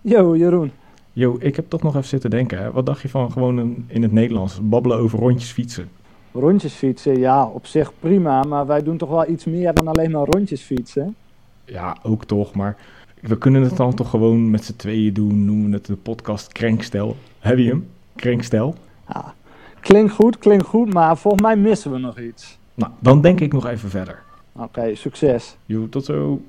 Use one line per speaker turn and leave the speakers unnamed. Yo, Jeroen.
Yo, ik heb toch nog even zitten denken. Hè. Wat dacht je van gewoon een, in het Nederlands babbelen over rondjes fietsen?
Rondjes fietsen, eh, ja, op zich prima, maar wij doen toch wel iets meer dan alleen maar rondjes fietsen.
Ja, ook toch, maar we kunnen het dan toch gewoon met z'n tweeën doen. Noemen we het de podcast Krenkstel. Heb je hem? Krenkstel?
Ja, Ah, klinkt goed, klinkt goed, maar volgens mij missen we nog iets.
Nou, dan denk ik nog even verder.
Oké, succes.
Jo, tot zo.